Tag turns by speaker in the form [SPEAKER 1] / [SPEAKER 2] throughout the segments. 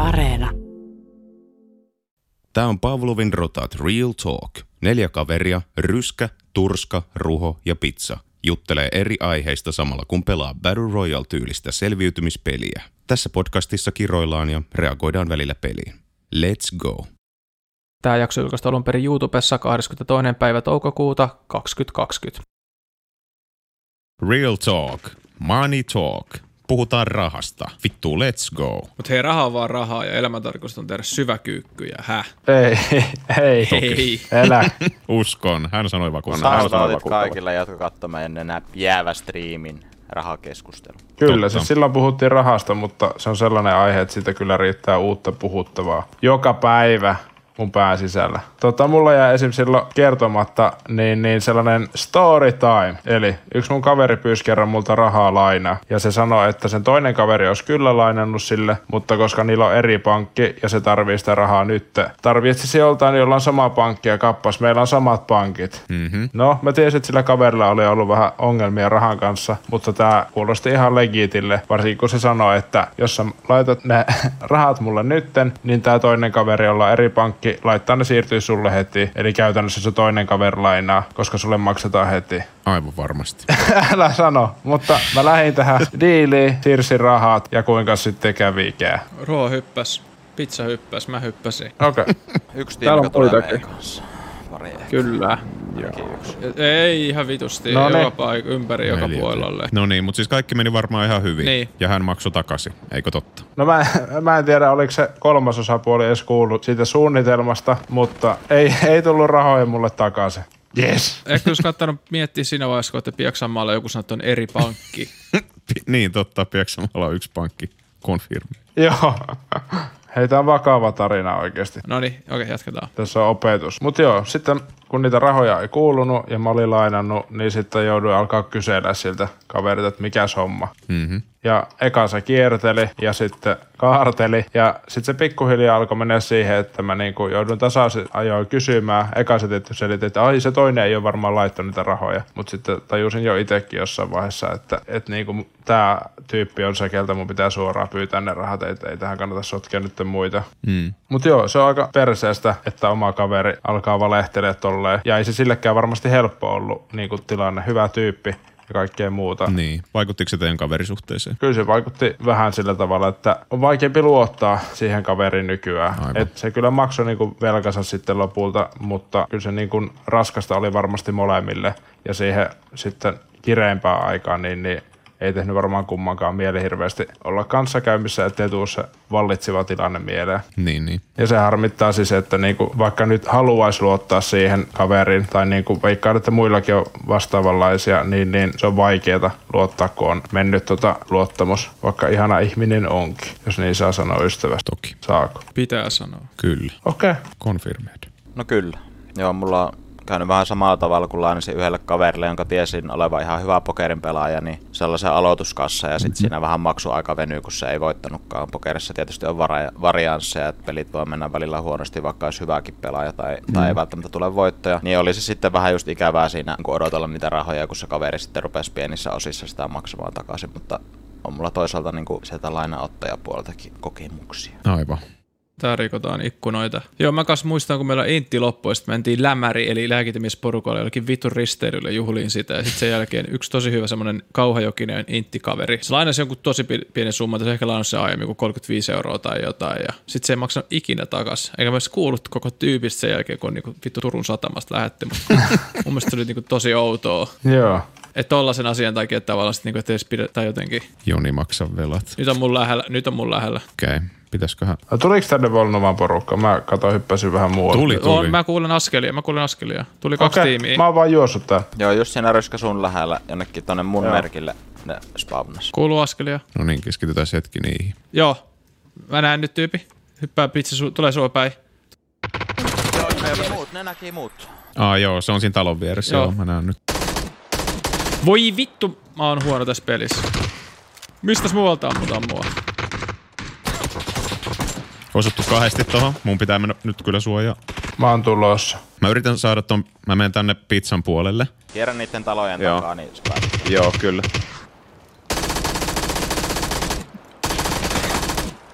[SPEAKER 1] Areena.
[SPEAKER 2] Tämä on Pavlovin rotat Real Talk. Neljä kaveria, ryskä, turska, ruho ja pizza, juttelee eri aiheista samalla kun pelaa Battle Royale-tyylistä selviytymispeliä. Tässä podcastissa kiroillaan ja reagoidaan välillä peliin. Let's go!
[SPEAKER 3] Tämä jakso julkaistaan alun perin YouTubessa 22. päivä toukokuuta 2020.
[SPEAKER 2] Real Talk. Money Talk. Puhutaan rahasta. Vittu, let's go.
[SPEAKER 4] Mutta hei, raha on vaan rahaa ja elämäntarkoitus on tehdä syväkyykkyjä. Häh?
[SPEAKER 5] Ei, ei,
[SPEAKER 4] Ei.
[SPEAKER 5] elä.
[SPEAKER 2] Uskon. Hän sanoi vakuuttavasti.
[SPEAKER 6] Shoutoutit kaikille, jotka katsomaan ennen nää jäävä striimin rahakeskustelu.
[SPEAKER 5] Kyllä,
[SPEAKER 2] Totta.
[SPEAKER 5] siis silloin puhuttiin rahasta, mutta se on sellainen aihe, että siitä kyllä riittää uutta puhuttavaa. Joka päivä mun pään sisällä. Tota, mulla jäi esim. silloin kertomatta niin, niin sellainen story time. Eli yksi mun kaveri pyysi kerran multa rahaa lainaa. Ja se sanoi, että sen toinen kaveri olisi kyllä lainannut sille, mutta koska niillä on eri pankki ja se tarvii sitä rahaa nyt. Tarvitsisi joltain, jolla on sama pankki ja kappas, meillä on samat pankit. Mm-hmm. No, mä tiesin, että sillä kaverilla oli ollut vähän ongelmia rahan kanssa, mutta tämä kuulosti ihan legitille, varsinkin kun se sanoi, että jos sä laitat ne rahat mulle nytten, niin tämä toinen kaveri, jolla on eri pankki, laittaa ne siirtyy sulle heti. Eli käytännössä se toinen kaveri lainaa, koska sulle maksetaan heti.
[SPEAKER 2] Aivan varmasti.
[SPEAKER 5] Älä sano, mutta mä lähdin tähän diiliin, siirsin rahat ja kuinka sitten kävikään.
[SPEAKER 4] Roo hyppäs, pizza hyppäs, mä hyppäsin.
[SPEAKER 5] Okei. Okay.
[SPEAKER 6] Yksi tiimi,
[SPEAKER 7] Täällä on
[SPEAKER 6] joka tulee
[SPEAKER 7] muitakin.
[SPEAKER 6] meidän kanssa. Pari ehkä.
[SPEAKER 7] Kyllä.
[SPEAKER 6] Ainakin yksi.
[SPEAKER 4] E-, Ei ihan vitusti,
[SPEAKER 5] No
[SPEAKER 4] no
[SPEAKER 5] niin.
[SPEAKER 4] joka paik- ympäri joka puolelle.
[SPEAKER 2] No niin, mutta siis kaikki meni varmaan ihan hyvin.
[SPEAKER 4] Niin.
[SPEAKER 2] Ja hän maksoi takaisin, eikö totta?
[SPEAKER 5] No mä, mä en tiedä, oliko se kolmas osapuoli edes kuullut siitä suunnitelmasta, mutta ei, ei tullut rahoja mulle takaisin. Yes.
[SPEAKER 4] Ehkä jos kannattanut miettiä siinä vaiheessa, kun olette Piaksanmaalla joku sanoo, että on eri pankki.
[SPEAKER 2] Pi- niin, totta. Pieksamalla on yksi pankki. Konfirmi.
[SPEAKER 5] Joo. Hei, tää on vakava tarina oikeasti.
[SPEAKER 4] No niin, okei, okay, jatketaan.
[SPEAKER 5] Tässä on opetus. Mut joo, sitten kun niitä rahoja ei kuulunut ja mä olin lainannut, niin sitten jouduin alkaa kysellä siltä kaverilta, että mikäs homma. Mm-hmm. Ja eka se kierteli ja sitten kaarteli ja sitten se pikkuhiljaa alkoi mennä siihen, että mä niinku joudun tasaisin ajoin kysymään. Eka se tietysti selitti, että ai se toinen ei ole varmaan laittanut niitä rahoja, mutta sitten tajusin jo itsekin jossain vaiheessa, että, että niinku tämä tyyppi on se, keltä mun pitää suoraan pyytää ne rahat, että ei tähän kannata sotkea nyt muita. Mutta joo, se on aika perseestä, että oma kaveri alkaa valehtelee tolleen. Ja ei se sillekään varmasti helppo ollut niin kuin tilanne. Hyvä tyyppi ja kaikkea muuta. Niin.
[SPEAKER 2] Niin. Vaikuttiko se teidän kaverisuhteeseen?
[SPEAKER 5] Kyllä se vaikutti vähän sillä tavalla, että on vaikeampi luottaa siihen kaveriin nykyään.
[SPEAKER 2] Aivan.
[SPEAKER 5] Et se kyllä maksoi niinku velkansa sitten lopulta, mutta kyllä se niinku raskasta oli varmasti molemmille. Ja siihen sitten kireempään aikaan, niin, niin ei tehnyt varmaan kummankaan mieli hirveästi olla kanssakäymissä, ettei tuu se vallitseva tilanne mieleen.
[SPEAKER 2] Niin, niin.
[SPEAKER 5] Ja se harmittaa siis, että niinku, vaikka nyt haluaisi luottaa siihen kaveriin, tai niinku, veikkaan, että muillakin on vastaavanlaisia, niin, niin se on vaikeaa luottaa, kun on mennyt tota luottamus, vaikka ihana ihminen onkin, jos niin saa sanoa ystävästä.
[SPEAKER 2] Toki.
[SPEAKER 5] Saako?
[SPEAKER 4] Pitää sanoa.
[SPEAKER 2] Kyllä.
[SPEAKER 5] Okei. Okay.
[SPEAKER 2] Confirmed.
[SPEAKER 6] No kyllä. Joo, mulla on käynyt vähän samalla tavalla kuin lainasin yhdelle kaverille, jonka tiesin olevan ihan hyvä pokerin pelaaja, niin sellaisen aloituskassa ja sitten siinä vähän maksuaika venyy, kun se ei voittanutkaan. Pokerissa tietysti on vara- variansseja, että pelit voi mennä välillä huonosti, vaikka olisi hyväkin pelaaja tai, tai ei välttämättä tule voittoja. Niin oli se sitten vähän just ikävää siinä, kun odotella niitä rahoja, kun se kaveri sitten rupesi pienissä osissa sitä maksamaan takaisin, mutta on mulla toisaalta niin kuin sieltä lainanottajapuoleltakin kokemuksia.
[SPEAKER 2] Aivan.
[SPEAKER 4] Tää rikotaan ikkunoita. Joo, mä kas muistan, kun meillä Intti loppui, ja sit mentiin lämäri, eli lääkitimisporukalle jollekin vitun risteilylle juhliin sitä, ja sitten sen jälkeen yksi tosi hyvä semmonen kauhajokinen Intti-kaveri. Se lainasi jonkun tosi pi- pienen summan, tai se ehkä lainasi sen aiemmin kuin 35 euroa tai jotain, ja sitten se ei maksanut ikinä takas. Eikä mä edes kuullut koko tyypistä sen jälkeen, kun niinku vittu Turun satamasta lähetti, mutta mun mielestä se oli niinku tosi outoa.
[SPEAKER 5] Joo.
[SPEAKER 4] Että tollasen asian takia että tavallaan sit niinku, että edes pidetään jotenkin.
[SPEAKER 2] Joni maksa velat.
[SPEAKER 4] Nyt on mun lähellä, nyt on mun lähellä.
[SPEAKER 2] Okei. Okay. Pitäisköhän?
[SPEAKER 5] No, tuliko tänne Volnovan porukka? Mä kato, hyppäsin vähän muualle.
[SPEAKER 2] Tuli, tuli.
[SPEAKER 4] On, mä kuulen askelia, mä kuulen askelia. Tuli kaksi
[SPEAKER 5] Okei,
[SPEAKER 4] tiimiä.
[SPEAKER 5] Mä oon vaan juossut tää.
[SPEAKER 6] Joo, just siinä ryskä sun lähellä, jonnekin tonne mun Joo. merkille ne spawnas.
[SPEAKER 4] Kuuluu askelia.
[SPEAKER 2] No niin, keskitytään hetki niihin.
[SPEAKER 4] Joo. Mä näen nyt tyypi. Hyppää pizza, su- tulee sua päin.
[SPEAKER 6] Joo, ne näki muut, ne näki muut.
[SPEAKER 2] Ah, joo, se on siinä talon vieressä. Joo.
[SPEAKER 4] Joo.
[SPEAKER 2] joo mä näen nyt.
[SPEAKER 4] Voi vittu, mä oon huono tässä pelissä. Mistäs muualta ammutaan mua?
[SPEAKER 2] Osuttu kahdesti tohon. Mun pitää mennä nyt kyllä suojaa.
[SPEAKER 5] Mä oon tulossa.
[SPEAKER 2] Mä yritän saada ton, mä menen tänne pizzan puolelle.
[SPEAKER 6] Kierrä niiden talojen
[SPEAKER 7] Joo.
[SPEAKER 6] takaa, niin se pääsee.
[SPEAKER 7] Joo, kyllä.
[SPEAKER 4] tosta,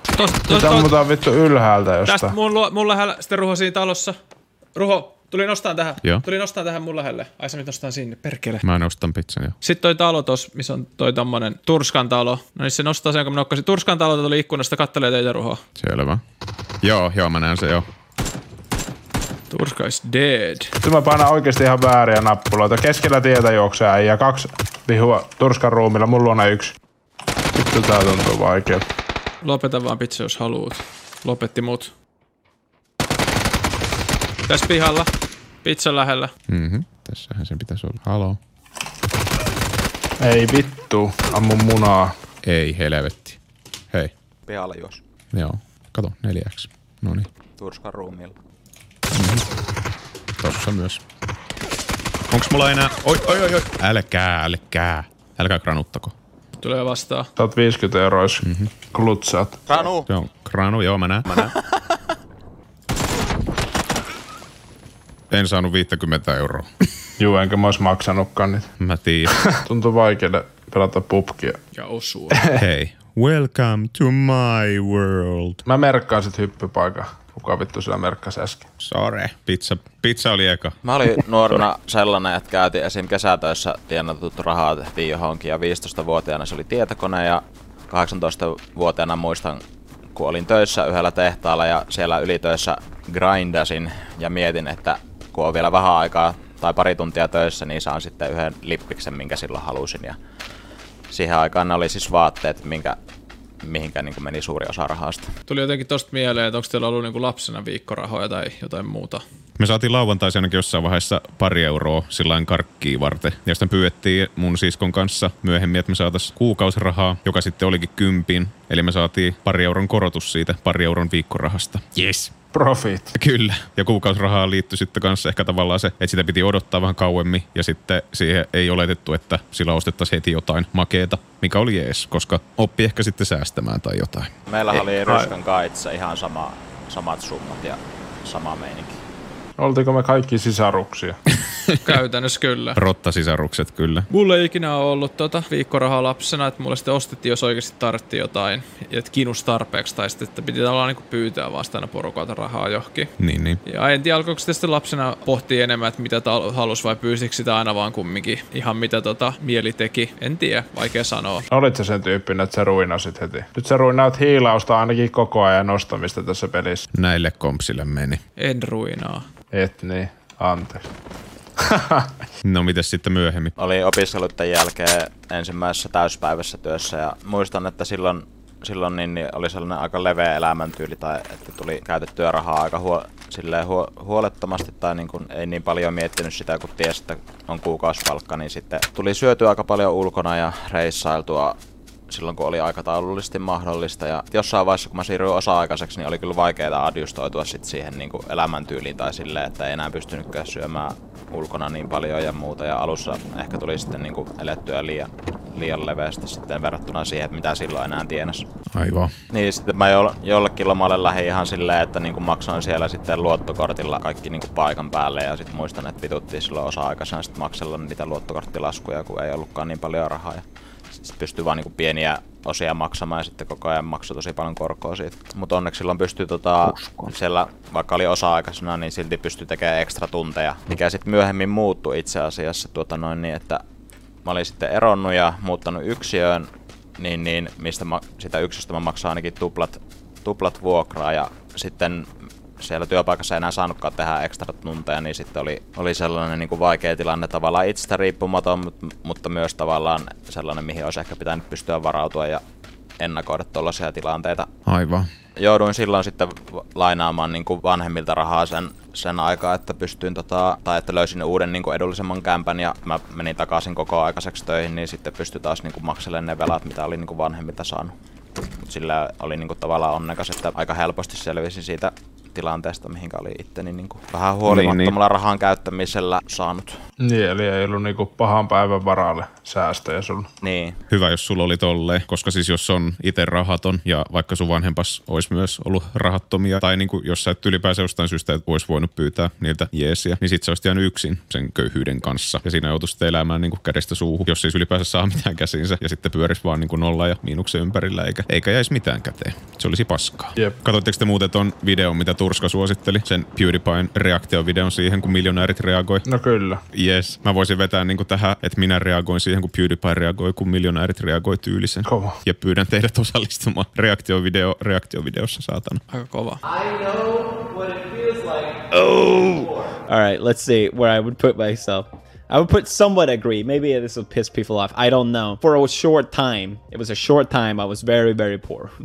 [SPEAKER 5] Nyt
[SPEAKER 4] tosta, tosta,
[SPEAKER 5] ammutaan vittu ylhäältä
[SPEAKER 4] No, tästä
[SPEAKER 5] jostain.
[SPEAKER 4] mun, luo, mun lähellä, sitten Ruho siinä talossa. Ruho, tuli nostaan tähän.
[SPEAKER 2] Joo. Mm.
[SPEAKER 4] Tuli nostaan tähän mun lähelle. Ai sä nyt nostaan sinne, perkele.
[SPEAKER 2] Mä nostan pizzan jo.
[SPEAKER 4] Sitten toi talo tos, missä on toi tommonen Turskan talo. No niin se nostaa sen, kun mä nokkasin. Turskan talo tuli ikkunasta, kattelee teitä ruhoa.
[SPEAKER 2] Selvä. Joo, joo, mä näen se jo.
[SPEAKER 4] Turska is dead.
[SPEAKER 5] Nyt mä painan oikeesti ihan vääriä nappuloita. Keskellä tietä juoksee äijä. Kaksi lihua turskan ruumilla. Mulla on yksi. Vittu tää tuntuu vaikealta.
[SPEAKER 4] Lopeta vaan pizza, jos haluut. Lopetti mut. Tässä pihalla. Pizza lähellä.
[SPEAKER 2] Mhm. Tässähän sen pitäisi olla. Halo.
[SPEAKER 5] Ei vittu. Ammu munaa.
[SPEAKER 2] Ei helvetti. Hei.
[SPEAKER 6] Pihalle juos.
[SPEAKER 2] Joo. Kato, 4x. No niin.
[SPEAKER 6] Turskan ruumiilla.
[SPEAKER 2] Tossa myös. Onks mulla enää... Oi, oi, oi, oi. Älkää, älkää. Älkää granuttako.
[SPEAKER 4] Tulee vastaan.
[SPEAKER 5] Sä oot 50 euroa, jos klutsaat.
[SPEAKER 6] Ranu!
[SPEAKER 2] Se on granu, joo, mä näen. Mä näen. en saanut 50 euroa.
[SPEAKER 5] Juu, enkä mä ois maksanutkaan niitä.
[SPEAKER 2] Mä tiedän.
[SPEAKER 5] Tuntuu vaikealle pelata pubkia.
[SPEAKER 4] Ja osuu.
[SPEAKER 2] Hei. Welcome to my world.
[SPEAKER 5] Mä merkkaan sit hyppypaikan. Kuka vittu sillä merkkasi äsken?
[SPEAKER 2] Sore. Pizza, pizza oli eka.
[SPEAKER 6] Mä olin nuorena sellainen, että käytiin esim. kesätöissä tienatut rahaa tehtiin johonkin ja 15-vuotiaana se oli tietokone ja 18-vuotiaana muistan, kun olin töissä yhdellä tehtaalla ja siellä ylitöissä grindasin ja mietin, että kun on vielä vähän aikaa tai pari tuntia töissä, niin saan sitten yhden lippiksen, minkä silloin halusin. Ja siihen aikaan ne oli siis vaatteet, minkä, mihinkä niin meni suuri osa rahasta.
[SPEAKER 4] Tuli jotenkin tosta mieleen, että onko teillä ollut niinku lapsena viikkorahoja tai jotain muuta.
[SPEAKER 2] Me saatiin lauantaisen ainakin jossain vaiheessa pari euroa sillain karkkiin varten. Ja sitten pyydettiin mun siskon kanssa myöhemmin, että me saatais kuukausirahaa, joka sitten olikin kympin. Eli me saatiin pari euron korotus siitä, pari euron viikkorahasta. Yes.
[SPEAKER 5] Profit.
[SPEAKER 2] Kyllä. Ja kuukausirahaa liittyi sitten kanssa ehkä tavallaan se, että sitä piti odottaa vähän kauemmin. Ja sitten siihen ei oletettu, että sillä ostettaisiin heti jotain makeeta, mikä oli jees, koska oppi ehkä sitten säästämään tai jotain.
[SPEAKER 6] Meillä oli Ryskan kaitse ihan sama, samat summat ja sama meininki.
[SPEAKER 5] Oltiinko me kaikki sisaruksia?
[SPEAKER 4] Käytännössä kyllä.
[SPEAKER 2] Rottasisarukset kyllä.
[SPEAKER 4] Mulla ei ikinä ole ollut tota viikkorahaa lapsena, että mulle sitten ostettiin, jos oikeasti tarvittiin jotain, ja että kinus tarpeeksi, tai sitten, että piti tavallaan niinku pyytää vasta aina porukalta rahaa johonkin.
[SPEAKER 2] Niin, niin.
[SPEAKER 4] Ja en tiedä, alkoiko sitä sitten lapsena pohtia enemmän, että mitä tal- halus vai pyysikö sitä aina vaan kumminkin. Ihan mitä tota mieli teki. En tiedä, vaikea sanoa.
[SPEAKER 5] Olit sä sen tyyppinen, että sä ruinasit heti. Nyt sä ruinaat hiilausta ainakin koko ajan nostamista tässä pelissä.
[SPEAKER 2] Näille kompsille meni.
[SPEAKER 4] En ruinaa.
[SPEAKER 5] Et niin. Anteeksi.
[SPEAKER 2] No mitäs sitten myöhemmin?
[SPEAKER 6] Olin opiskeluiden jälkeen ensimmäisessä täyspäivässä työssä ja muistan, että silloin, silloin niin, niin oli sellainen aika leveä elämäntyyli tai että tuli käytettyä rahaa aika huo, silleen huo, huolettomasti tai niin kuin ei niin paljon miettinyt sitä, kun tiesi, että on kuukausipalkka, niin sitten tuli syötyä aika paljon ulkona ja reissailtua silloin kun oli aikataulullisesti mahdollista ja jossain vaiheessa kun mä siirryin osa-aikaiseksi, niin oli kyllä vaikeaa adjustoitua sit siihen niin kuin elämäntyyliin tai silleen, että ei enää pystynytkään syömään ulkona niin paljon ja muuta ja alussa ehkä tuli sitten niin kuin elettyä liian, liian leveästi sitten verrattuna siihen, että mitä silloin enää tienas.
[SPEAKER 2] Aivan.
[SPEAKER 6] Niin, sitten mä jo, jollekin lomalle lähdin ihan silleen, että niin maksoin siellä sitten luottokortilla kaikki niin paikan päälle ja sitten muistan, että vituttiin silloin osa-aikaisena sitten maksella niitä luottokorttilaskuja, kun ei ollutkaan niin paljon rahaa. Ja sitten pystyy vaan niin pieniä osia maksamaan ja sitten koko ajan maksoi tosi paljon korkoa siitä. Mutta onneksi silloin pystyy tota, siellä, vaikka oli osa-aikaisena, niin silti pystyy tekemään ekstra tunteja, mikä sitten myöhemmin muuttui itse asiassa tuota noin niin, että mä olin sitten eronnut ja muuttanut yksiöön, niin, niin mistä mä, sitä yksiöstä mä maksaa ainakin tuplat, tuplat vuokraa ja sitten siellä työpaikassa ei enää saanutkaan tehdä ekstra tunteja, niin sitten oli, oli sellainen niin kuin vaikea tilanne tavallaan itsestä riippumaton, mut, mutta myös tavallaan sellainen, mihin olisi ehkä pitänyt pystyä varautua ja ennakoida tuollaisia tilanteita
[SPEAKER 2] Aivan.
[SPEAKER 6] jouduin silloin sitten v- lainaamaan niin kuin vanhemmilta rahaa sen, sen aikaa, että pystyin tota, tai että löysin uuden niin kuin edullisemman kämpän ja mä menin takaisin koko aikaiseksi töihin, niin sitten pystyi taas niin kuin makselemaan ne velat, mitä oli niin niinku kuin vanhemmilta saanut. Mut sillä oli niin kuin tavallaan onnekas, että aika helposti selvisin siitä tilanteesta, mihinkä oli itteni niin kuin vähän huolimattomalla niin, niin. rahan käyttämisellä saanut.
[SPEAKER 5] Niin, eli ei ollut niinku pahan päivän varalle säästöjä sulla.
[SPEAKER 6] Niin,
[SPEAKER 2] Hyvä, jos sulla oli tolleen, koska siis jos on itse rahaton ja vaikka sun vanhempas olisi myös ollut rahattomia tai niin kuin, jos sä et ylipäänsä jostain syystä et olisi voinut pyytää niiltä jeesiä, niin sit sä olisit jäänyt yksin sen köyhyyden kanssa ja siinä joutuisit elämään niin kuin kädestä suuhun, jos siis ylipäänsä saa mitään käsinsä ja sitten pyörisi vaan niin kuin nolla ja miinuksen ympärillä eikä, eikä jäisi mitään käteen. Se olisi paskaa.
[SPEAKER 5] Jep.
[SPEAKER 2] Katoitteko te muuten ton videon, mitä Turska suositteli, sen PewDiePien reaktiovideon siihen, kun miljonäärit reagoi?
[SPEAKER 5] No kyllä.
[SPEAKER 2] Yes. Mä voisin vetää niin kuin tähän, että minä reagoin siihen, kun PewDiePie reagoi, kun miljonäärit reagoi tyylisen.
[SPEAKER 5] Kova.
[SPEAKER 2] Ja pyydän teidät osallistumaan reaktiovideo, reaktiovideossa, saatana.
[SPEAKER 4] Aika kova.
[SPEAKER 1] All right, let's see where I would put myself. I would put somewhat agree. Maybe this will piss people off. I don't know. For a short time, it was a short time, I was very, very poor.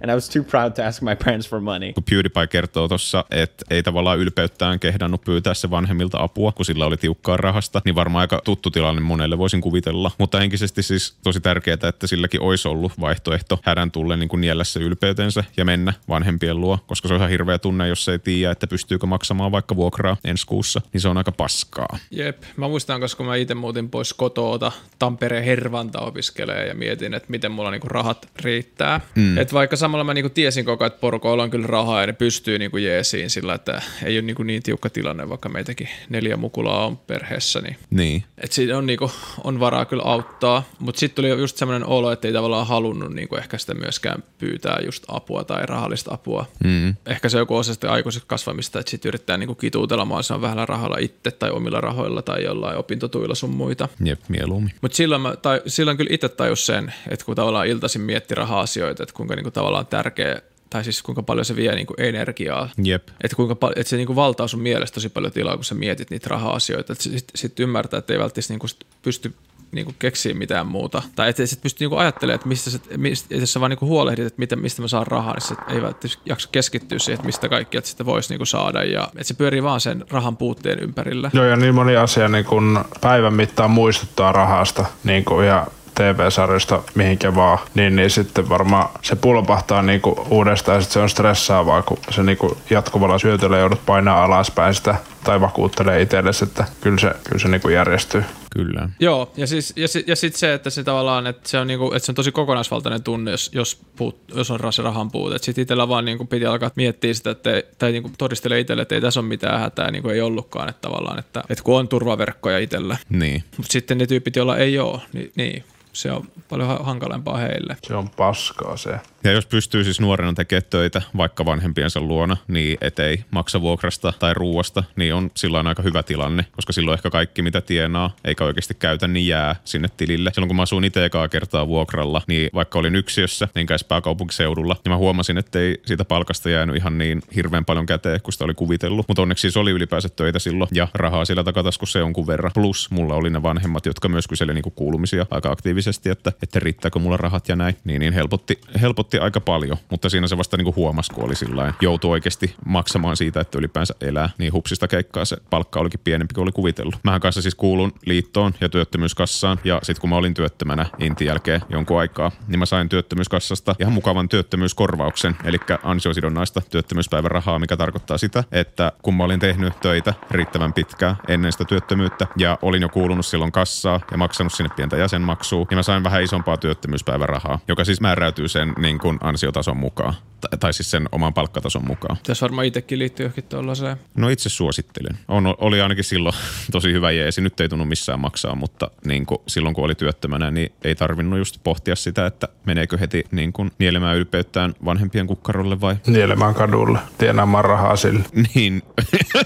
[SPEAKER 1] and I was too proud to ask my parents for money.
[SPEAKER 2] Kun PewDiePie kertoo tuossa, että ei tavallaan ylpeyttään kehdannut pyytää se vanhemmilta apua, kun sillä oli tiukkaa rahasta, niin varmaan aika tuttu tilanne monelle voisin kuvitella. Mutta henkisesti siis tosi tärkeää, että silläkin olisi ollut vaihtoehto hädän tulle niin kuin niellä se ylpeytensä ja mennä vanhempien luo, koska se on ihan hirveä tunne, jos ei tiedä, että pystyykö maksamaan vaikka vuokraa ensi kuussa, niin se on aika paskaa.
[SPEAKER 4] Jep, mä muistan, koska kun mä itse muutin pois kotoota Tampereen Hervanta opiskelee ja mietin, että miten mulla niinku rahat riittää. Mm. Et vaikka samalla mä niinku tiesin koko ajan, että porukoilla on kyllä rahaa ja ne pystyy niinku jeesiin sillä, että ei ole niinku niin tiukka tilanne, vaikka meitäkin neljä mukulaa on perheessä, niin
[SPEAKER 2] Niin.
[SPEAKER 4] et siinä on, niinku, on varaa kyllä auttaa, mutta sitten tuli just semmoinen olo, että ei tavallaan halunnut niinku ehkä sitä myöskään pyytää just apua tai rahallista apua. Mm. Ehkä se on joku osa sitä aikuisesta kasvamista, että sitten yrittää niinku kituutella mahdollisimman vähällä rahalla itse tai omilla rahoilla tai jollain opintotuilla sun muita.
[SPEAKER 2] Jep, mieluummin.
[SPEAKER 4] Mutta silloin, mä, tai, silloin kyllä itse tajus sen, että kun tavallaan iltaisin mietti raha-asioita, että kuinka niinku tavallaan tärkeä tai siis kuinka paljon se vie niinku energiaa.
[SPEAKER 2] Jep.
[SPEAKER 4] Että kuinka pal- et se niinku valtaa sun mielessä tosi paljon tilaa, kun sä mietit niitä raha-asioita. Että sit, sit ymmärtää, että ei välttämättä niinku sit pysty niinku keksiä mitään muuta. Tai että sit pysty niinku ajattelemaan, että mistä sä, mistä, et jos sä vaan niinku huolehdit, että miten, mistä mä saan rahaa, niin sit ei välttämättä jaksa keskittyä siihen, että mistä kaikkea sitä voisi niinku saada. Ja että se pyörii vaan sen rahan puutteen ympärillä.
[SPEAKER 5] Joo, ja niin moni asia niin kun päivän mittaan muistuttaa rahasta, niin kuin ihan TV-sarjoista mihinkä vaan, niin, niin sitten varmaan se pulpahtaa niinku uudestaan ja sit se on stressaavaa, kun se niinku jatkuvalla syötöllä joudut painaa alaspäin sitä tai vakuuttelee itsellesi, että kyllä se, kyllä se niinku järjestyy.
[SPEAKER 2] Kyllä.
[SPEAKER 4] Joo, ja, siis, ja, si- ja sitten se, että se tavallaan, että se on, niinku, että se on tosi kokonaisvaltainen tunne, jos, jos, puut, jos on se rahan puute. Sitten itsellä vaan niinku piti alkaa miettiä sitä, että, ei- tai niinku todistele itselle, että ei tässä ole mitään hätää, niinku ei ollutkaan, että tavallaan, että, että kun on turvaverkkoja itsellä.
[SPEAKER 2] Niin.
[SPEAKER 4] Mutta sitten ne tyypit, joilla ei ole, niin, niin se on paljon ha- hankalampaa heille.
[SPEAKER 5] Se on paskaa se.
[SPEAKER 2] Ja jos pystyy siis nuorena tekemään töitä vaikka vanhempiensa luona, niin ettei maksa vuokrasta tai ruuasta, niin on silloin aika hyvä tilanne, koska silloin ehkä kaikki mitä tienaa, eikä oikeasti käytä, niin jää sinne tilille. Silloin kun mä asuin itse ekaa kertaa vuokralla, niin vaikka olin yksiössä, enkä edes pääkaupunkiseudulla, niin mä huomasin, että ei siitä palkasta jäänyt ihan niin hirveän paljon käteen, kun sitä oli kuvitellut. Mutta onneksi siis oli ylipäänsä töitä silloin ja rahaa siellä takataskussa jonkun verran. Plus mulla oli ne vanhemmat, jotka myös kyseli niinku kuulumisia aika aktiivisesti, että, että riittääkö mulla rahat ja näin. Niin, niin helpotti, helpotti aika paljon, mutta siinä se vasta niinku huomasi, kun oli sillä joutui oikeasti maksamaan siitä, että ylipäänsä elää. Niin hupsista keikkaa se palkka olikin pienempi kuin oli kuvitellut. Mähän kanssa siis kuulun liittoon ja työttömyyskassaan ja sitten kun mä olin työttömänä niin intin jälkeen jonkun aikaa, niin mä sain työttömyyskassasta ihan mukavan työttömyyskorvauksen, eli ansiosidonnaista työttömyyspäivärahaa, mikä tarkoittaa sitä, että kun mä olin tehnyt töitä riittävän pitkään ennen sitä työttömyyttä ja olin jo kuulunut silloin kassaa ja maksanut sinne pientä jäsenmaksua, niin mä sain vähän isompaa työttömyyspäivärahaa, joka siis määräytyy sen niin kuin ansiotason mukaan, tai, tai siis sen oman palkkatason mukaan.
[SPEAKER 4] Tässä varmaan itsekin liittyy johonkin tuollaiseen.
[SPEAKER 2] No itse suosittelen. On, oli ainakin silloin tosi hyvä jeesi. Nyt ei tunnu missään maksaa, mutta niin kuin silloin kun oli työttömänä, niin ei tarvinnut just pohtia sitä, että meneekö heti niin kuin nielemään ylpeyttään vanhempien kukkarolle vai
[SPEAKER 5] Nielemään kadulle, tienaamaan rahaa sille.
[SPEAKER 2] niin.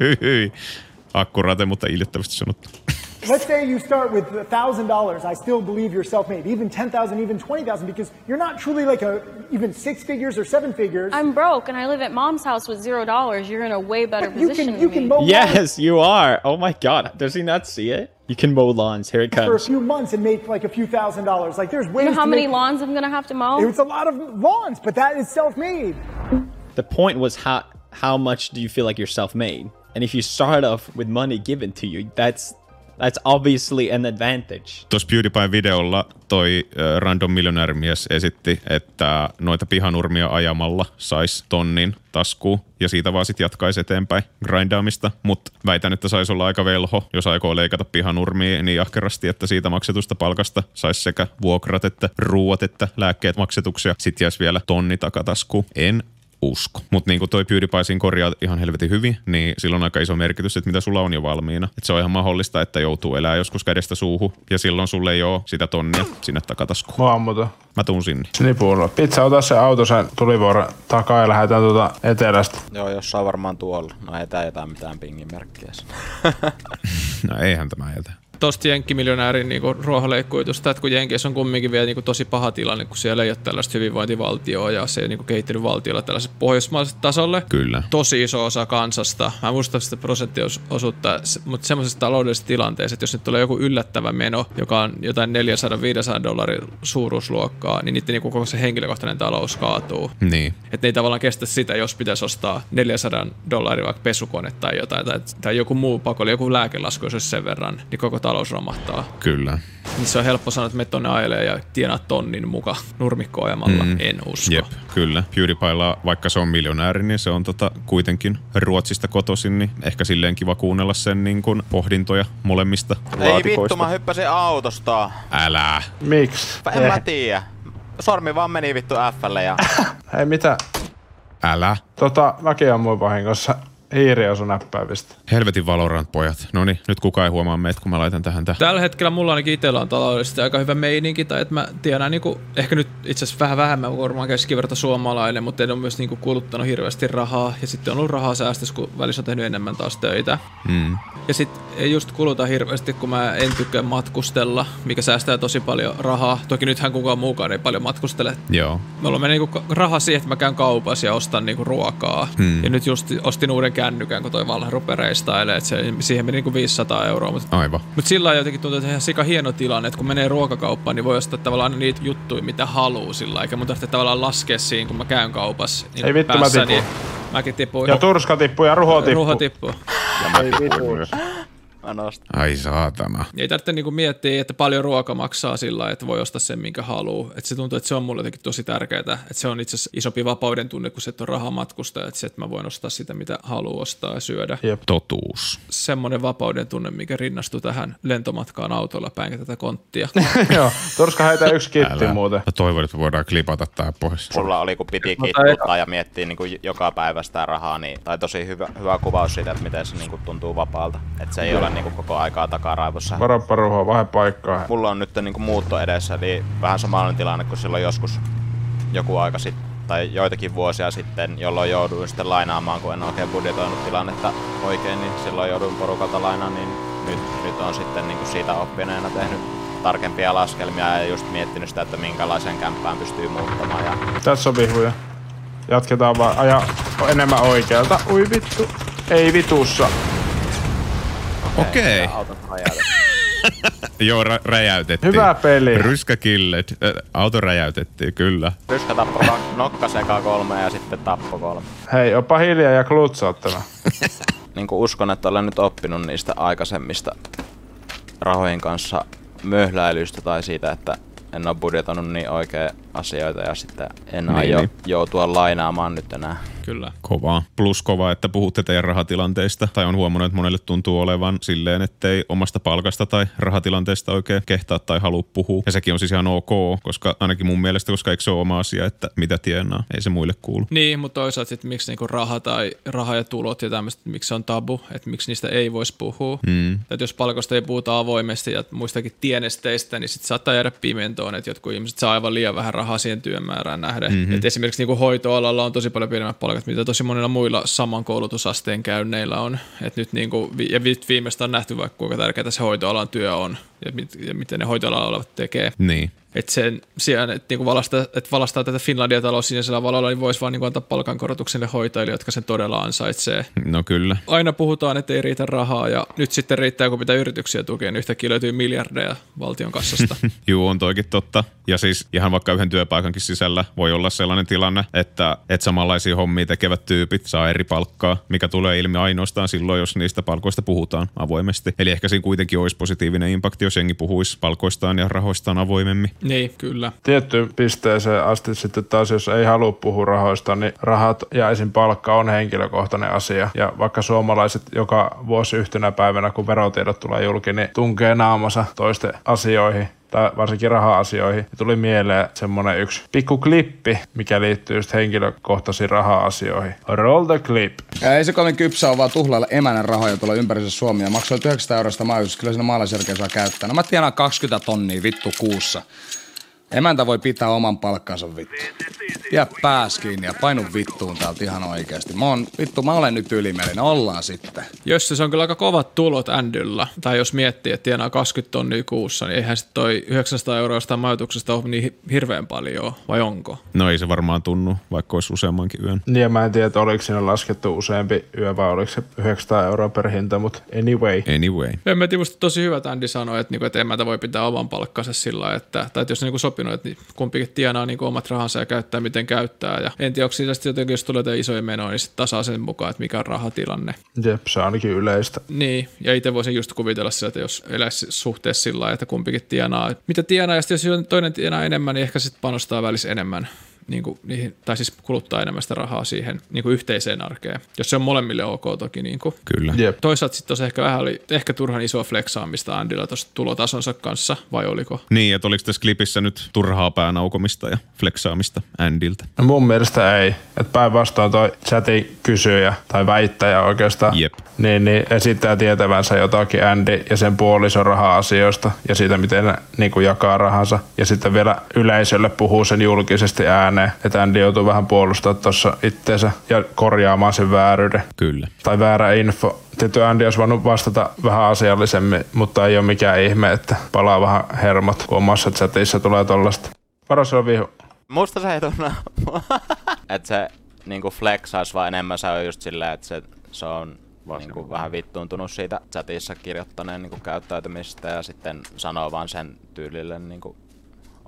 [SPEAKER 2] hyi, hyi. Akkuraate, mutta iljettävästi sanottu.
[SPEAKER 7] Let's say you start with $1,000. I still believe you're self-made. Even 10,000, even 20,000, because you're not truly like a, even six figures or seven figures.
[SPEAKER 8] I'm broke and I live at mom's house with zero dollars. You're in a way better
[SPEAKER 7] but you
[SPEAKER 8] position
[SPEAKER 7] can, you
[SPEAKER 8] than
[SPEAKER 7] can
[SPEAKER 8] me.
[SPEAKER 7] mow lawns
[SPEAKER 1] Yes, you are. Oh my god, does he not see it? You can mow lawns. Here it
[SPEAKER 7] for a
[SPEAKER 1] comes.
[SPEAKER 7] few months and make like a few thousand dollars. Like there's ways
[SPEAKER 8] you know how
[SPEAKER 7] to
[SPEAKER 8] many
[SPEAKER 7] make,
[SPEAKER 8] lawns I'm gonna have to mow?
[SPEAKER 7] It's a lot of lawns, but that is self-made.
[SPEAKER 1] The point was how how much do you feel like you're self-made? And if you start off with money given to you, that's That's obviously an advantage.
[SPEAKER 2] Tuossa PewDiePie-videolla toi ö, random miljonäärimies esitti, että noita pihanurmia ajamalla sais tonnin taskuun ja siitä vaan sit jatkaisi eteenpäin grindaamista, mutta väitän, että saisi olla aika velho, jos aikoo leikata pihanurmia niin ahkerasti, että siitä maksetusta palkasta saisi sekä vuokrat että ruuat että lääkkeet maksetuksia. Sitten jäisi vielä tonni takataskuun. En usko. Mutta niin kuin toi PewDiePiesin korjaa ihan helvetin hyvin, niin sillä on aika iso merkitys, että mitä sulla on jo valmiina. Et se on ihan mahdollista, että joutuu elää joskus kädestä suuhun, ja silloin sulle ei ole sitä tonnia sinne takataskuun.
[SPEAKER 5] Mua ammuta.
[SPEAKER 2] Mä tuun sinne.
[SPEAKER 5] Snipulla. Pizza, ota se auto sen tulivuoren takaa ja lähdetään tuota etelästä.
[SPEAKER 6] Joo, jossain varmaan tuolla. No ei tää jotain mitään pingimerkkiä sinne.
[SPEAKER 2] No eihän tämä jätä.
[SPEAKER 4] Tosta jenkkimiljonäärin niinku ruohonleikkuitusta, että kun Jenkeissä on kumminkin vielä niinku tosi paha tilanne, kun siellä ei ole tällaista hyvinvointivaltioa ja se ei niinku kehittynyt valtiolla tällaiselle pohjoismaiselle tasolle.
[SPEAKER 2] Kyllä.
[SPEAKER 4] Tosi iso osa kansasta. Mä en muista sitä prosenttiosuutta, se- mutta semmoisessa taloudellisessa tilanteessa, että jos nyt tulee joku yllättävä meno, joka on jotain 400-500 dollarin suuruusluokkaa, niin niiden niinku koko se henkilökohtainen talous kaatuu.
[SPEAKER 2] Niin.
[SPEAKER 4] Että ne ei tavallaan kestä sitä, jos pitäisi ostaa 400 dollaria vaikka pesukone tai jotain, tai, tai joku muu pakollinen, joku lääkelasku, jos olisi sen verran, niin koko talous romahtaa.
[SPEAKER 2] Kyllä.
[SPEAKER 4] Niin se on helppo sanoa, että me tonne ajelee ja tienaa tonnin muka nurmikko ajamalla. Mm. En usko.
[SPEAKER 2] Jep, kyllä. PewDiePiella, vaikka se on miljonääri, niin se on tota, kuitenkin Ruotsista kotoisin, niin ehkä silleen kiva kuunnella sen niin kun, pohdintoja molemmista
[SPEAKER 6] Ei vittu,
[SPEAKER 2] laatikoista.
[SPEAKER 6] mä hyppäsin autosta.
[SPEAKER 2] Älä.
[SPEAKER 5] Miksi?
[SPEAKER 6] En mä tiedä. Sormi vaan meni vittu Flle ja...
[SPEAKER 5] Ei mitä.
[SPEAKER 2] Älä.
[SPEAKER 5] Tota, mäkin ammuin vahingossa. Hiiri osui näppäimistä.
[SPEAKER 2] Helvetin Valorant, pojat. No niin, nyt kukaan ei huomaa meitä, kun mä laitan tähän tähän.
[SPEAKER 4] Tällä hetkellä mulla ainakin itsellä on taloudellisesti aika hyvä meininki, tai että mä tiedän niinku, ehkä nyt itse asiassa vähän vähemmän kuin varmaan keskiverto suomalainen, mutta en ole myös niinku kuluttanut hirveästi rahaa, ja sitten on ollut rahaa säästössä, kun välissä on tehnyt enemmän taas töitä.
[SPEAKER 2] Mm.
[SPEAKER 4] Ja sit ei just kuluta hirveästi, kun mä en tykkää matkustella, mikä säästää tosi paljon rahaa. Toki nythän kukaan muukaan ei paljon matkustele.
[SPEAKER 2] Joo.
[SPEAKER 4] Mulla menee niinku ka- raha siihen, että mä käyn kaupassa ja ostan niinku ruokaa. Hmm. Ja nyt just ostin uuden kännykän, kun toi vanha rupeaa reistailemaan, että se- siihen meni niinku 500 euroa. Mutta
[SPEAKER 2] Aivan.
[SPEAKER 4] mutta sillä lailla jotenkin tuntuu, että ihan sika hieno tilanne, että kun menee ruokakauppaan, niin voi ostaa tavallaan aina niitä juttuja, mitä haluaa sillä lailla. Eikä mun tarvitse tavallaan laskea siinä, kun mä käyn kaupassa. Niin
[SPEAKER 5] Ei vittu, mä
[SPEAKER 4] päässä,
[SPEAKER 5] tipun.
[SPEAKER 4] Niin mäkin tipuin.
[SPEAKER 5] Ja turska tippuu ja ruho tippuu.
[SPEAKER 4] No. Ruho tippuu.
[SPEAKER 6] Mä nostin.
[SPEAKER 2] Ai saatana.
[SPEAKER 4] Ei tarvitse niinku miettiä, että paljon ruoka maksaa sillä lailla, että voi ostaa sen, minkä haluaa. Et se tuntuu, että se on mulle jotenkin tosi tärkeää. Että se on itse asiassa isompi vapauden tunne, kun se, että on rahaa matkustaa. Että se, että mä voin ostaa sitä, mitä haluaa ostaa ja syödä.
[SPEAKER 2] Totuus.
[SPEAKER 4] Semmoinen vapauden tunne, mikä rinnastui tähän lentomatkaan autolla päin tätä konttia.
[SPEAKER 5] Joo. Turska heitä yksi kitti muuten.
[SPEAKER 2] Mä toivon, että me voidaan klipata tää pois.
[SPEAKER 6] Sulla oli, kun piti kiituttaa ja miettiä niin kuin joka päivä sitä rahaa, niin, tai tosi hyvä, hyvä kuvaus siitä, että miten se niin kuin tuntuu vapaalta. Että se ei ole niin kuin koko aikaa takaraivossa.
[SPEAKER 5] Varoppa ruho, vahe paikkaa.
[SPEAKER 6] Mulla on nyt niin kuin muutto edessä, eli vähän samanlainen tilanne kuin silloin joskus joku aika sitten tai joitakin vuosia sitten, jolloin jouduin sitten lainaamaan, kun en oikein budjetoinut tilannetta oikein, niin silloin jouduin porukalta lainaan, niin nyt, nyt on sitten niin kuin siitä oppineena tehnyt tarkempia laskelmia ja just miettinyt sitä, että minkälaisen kämppään pystyy muuttamaan. Ja
[SPEAKER 5] Tässä on vihuja. Jatketaan vaan. Aja enemmän oikealta. Ui vittu. Ei vitussa.
[SPEAKER 2] Okei.
[SPEAKER 6] auton rajalle.
[SPEAKER 2] Joo, rä- räjäytettiin.
[SPEAKER 5] Hyvä peli.
[SPEAKER 2] Ryskäkillet. Ö, Auto räjäytettiin, kyllä.
[SPEAKER 6] Ryskä tappo kak- nokka seka kolme ja sitten tappo kolme.
[SPEAKER 5] Hei, opa hiljaa ja klutsaa tämä.
[SPEAKER 6] Niin kuin uskon, että olen nyt oppinut niistä aikaisemmista rahojen kanssa möhläilystä tai siitä, että en ole budjetoinut niin oikein asioita ja sitten en niin, aio
[SPEAKER 2] niin.
[SPEAKER 6] joutua lainaamaan nyt enää.
[SPEAKER 4] Kyllä.
[SPEAKER 2] Kovaa. Plus kovaa, että puhutte teidän rahatilanteista. Tai on huomannut, että monelle tuntuu olevan silleen, ettei omasta palkasta tai rahatilanteesta oikein kehtaa tai halua puhua. Ja sekin on siis ihan ok, koska ainakin mun mielestä, koska eikö se ole oma asia, että mitä tienaa. Ei se muille kuulu.
[SPEAKER 4] Niin, mutta toisaalta sitten miksi niinku raha tai raha ja tulot ja tämmöistä, miksi se on tabu, että miksi niistä ei voisi puhua. Mm. Että jos palkosta ei puhuta avoimesti ja muistakin tienesteistä, niin sitten saattaa jäädä pimentoon, että jotkut ihmiset saa aivan liian vähän rahaa siihen työmäärään nähden. Mm-hmm. Et esimerkiksi niinku hoitoalalla on tosi paljon pienemmät palkat, mitä tosi monilla muilla saman koulutusasteen käynneillä on. Et nyt niinku, vi- ja vi- viimeistä on nähty vaikka kuinka tärkeää se hoitoalan työ on. ja, mit, ja miten ne hoitoalalla olevat tekee.
[SPEAKER 2] Niin.
[SPEAKER 4] Että sen sijaan, että niinku valastaa, että valastaa tätä Finlandia talous sinisellä valolla, niin voisi vaan niinku antaa palkankorotukselle hoitajille, jotka sen todella ansaitsee.
[SPEAKER 2] No kyllä.
[SPEAKER 4] Aina puhutaan, että ei riitä rahaa ja nyt sitten riittää, kun pitää yrityksiä tukea, niin yhtäkkiä löytyy miljardeja valtion kassasta.
[SPEAKER 2] Juu, on toikin totta. Ja siis ihan vaikka yhden työpaikankin sisällä voi olla sellainen tilanne, että, että samanlaisia hommia tekevät tyypit saa eri palkkaa, mikä tulee ilmi ainoastaan silloin, jos niistä palkoista puhutaan avoimesti. Eli ehkä siinä kuitenkin olisi positiivinen impakti, jos jengi puhuisi palkoistaan ja rahoistaan avoimemmin.
[SPEAKER 4] niin, kyllä.
[SPEAKER 5] Tiettyyn pisteeseen asti sitten taas, jos ei halua puhua rahoista, niin rahat ja esim. palkka on henkilökohtainen asia. Ja vaikka suomalaiset joka vuosi yhtenä päivänä, kun verotiedot tulee julki, niin tunkee naamansa toisten asioihin tai varsinkin raha-asioihin, niin tuli mieleen semmonen yksi pikku klippi, mikä liittyy just henkilökohtaisiin raha-asioihin. Roll the clip.
[SPEAKER 9] Ja ei se kovin kypsä on vaan tuhlailla emänän rahoja tuolla ympäristössä Suomia. Maksoi 900 eurosta maajuus, kyllä siinä maalaisjärkeä saa käyttää. No mä tienaan 20 tonnia vittu kuussa. Emäntä voi pitää oman palkkansa vittu. Jää pääs kiinni ja painu vittuun täältä ihan oikeasti. Mä oon, vittu, mä olen nyt ylimielinen, ollaan sitten.
[SPEAKER 4] Jos se on kyllä aika kovat tulot Andyllä, tai jos miettii, että tienaa 20 tonnia kuussa, niin eihän sit toi 900 euroa sitä majoituksesta ole niin hi- hirveän paljon, vai onko?
[SPEAKER 2] No ei se varmaan tunnu, vaikka olisi useammankin yön.
[SPEAKER 5] Niin ja mä en tiedä, oliko siinä laskettu useampi yö vai oliko se 900 euroa per hinta, mutta anyway.
[SPEAKER 2] Anyway.
[SPEAKER 4] En mä tiedä, musta tosi hyvä, että Andy sanoi, että, niinku, että emäntä voi pitää oman palkkansa sillä lailla, että, tai että jos ne niinku sopinut, että ni- kumpikin tienaa niinku omat rahansa ja käyttää miten käyttää. Ja en tiedä, onko siitä sitten jotenkin, jos tulee jotain isoja menoja, niin sitten tasaa sen mukaan, että mikä on rahatilanne.
[SPEAKER 5] Jep, se on ainakin yleistä.
[SPEAKER 4] Niin, ja itse voisin just kuvitella sitä, että jos eläisi suhteessa sillä lailla, että kumpikin tienaa, että mitä tienaa, ja sitten jos toinen tienaa enemmän, niin ehkä sitten panostaa välissä enemmän. Niin kuin niihin, tai siis kuluttaa enemmän sitä rahaa siihen niin kuin yhteiseen arkeen, jos se on molemmille ok toki. Niin kuin.
[SPEAKER 2] Kyllä.
[SPEAKER 5] Jep.
[SPEAKER 4] Toisaalta sitten tuossa ehkä vähän oli ehkä turhan isoa fleksaamista Andilla tuossa tulotasonsa kanssa, vai oliko?
[SPEAKER 2] Niin, että oliko tässä klipissä nyt turhaa päänaukomista ja fleksaamista Andiltä?
[SPEAKER 5] No mun mielestä ei. Et päinvastoin toi chatin kysyjä tai väittäjä oikeastaan
[SPEAKER 2] Jep.
[SPEAKER 5] Niin, niin esittää tietävänsä jotakin Andy ja sen puolison raha-asioista ja siitä, miten ne niin kuin jakaa rahansa. Ja sitten vielä yleisölle puhuu sen julkisesti ääneen, että Andy joutuu vähän puolustamaan tuossa itteensä ja korjaamaan sen vääryyden
[SPEAKER 2] Kyllä.
[SPEAKER 5] tai väärä info. Tietysti Andy olisi voinut vastata vähän asiallisemmin, mutta ei ole mikään ihme, että palaa vähän hermot, kun omassa chatissa tulee tollasta. Paras on vihu.
[SPEAKER 6] Musta se ei tunnu. että se niinku flexais vaan enemmän se on just sillä, että se, se on niinku vähän vittuuntunut siitä chatissa kirjoittaneen niinku käyttäytymistä ja sitten sanoo vaan sen tyylille niinku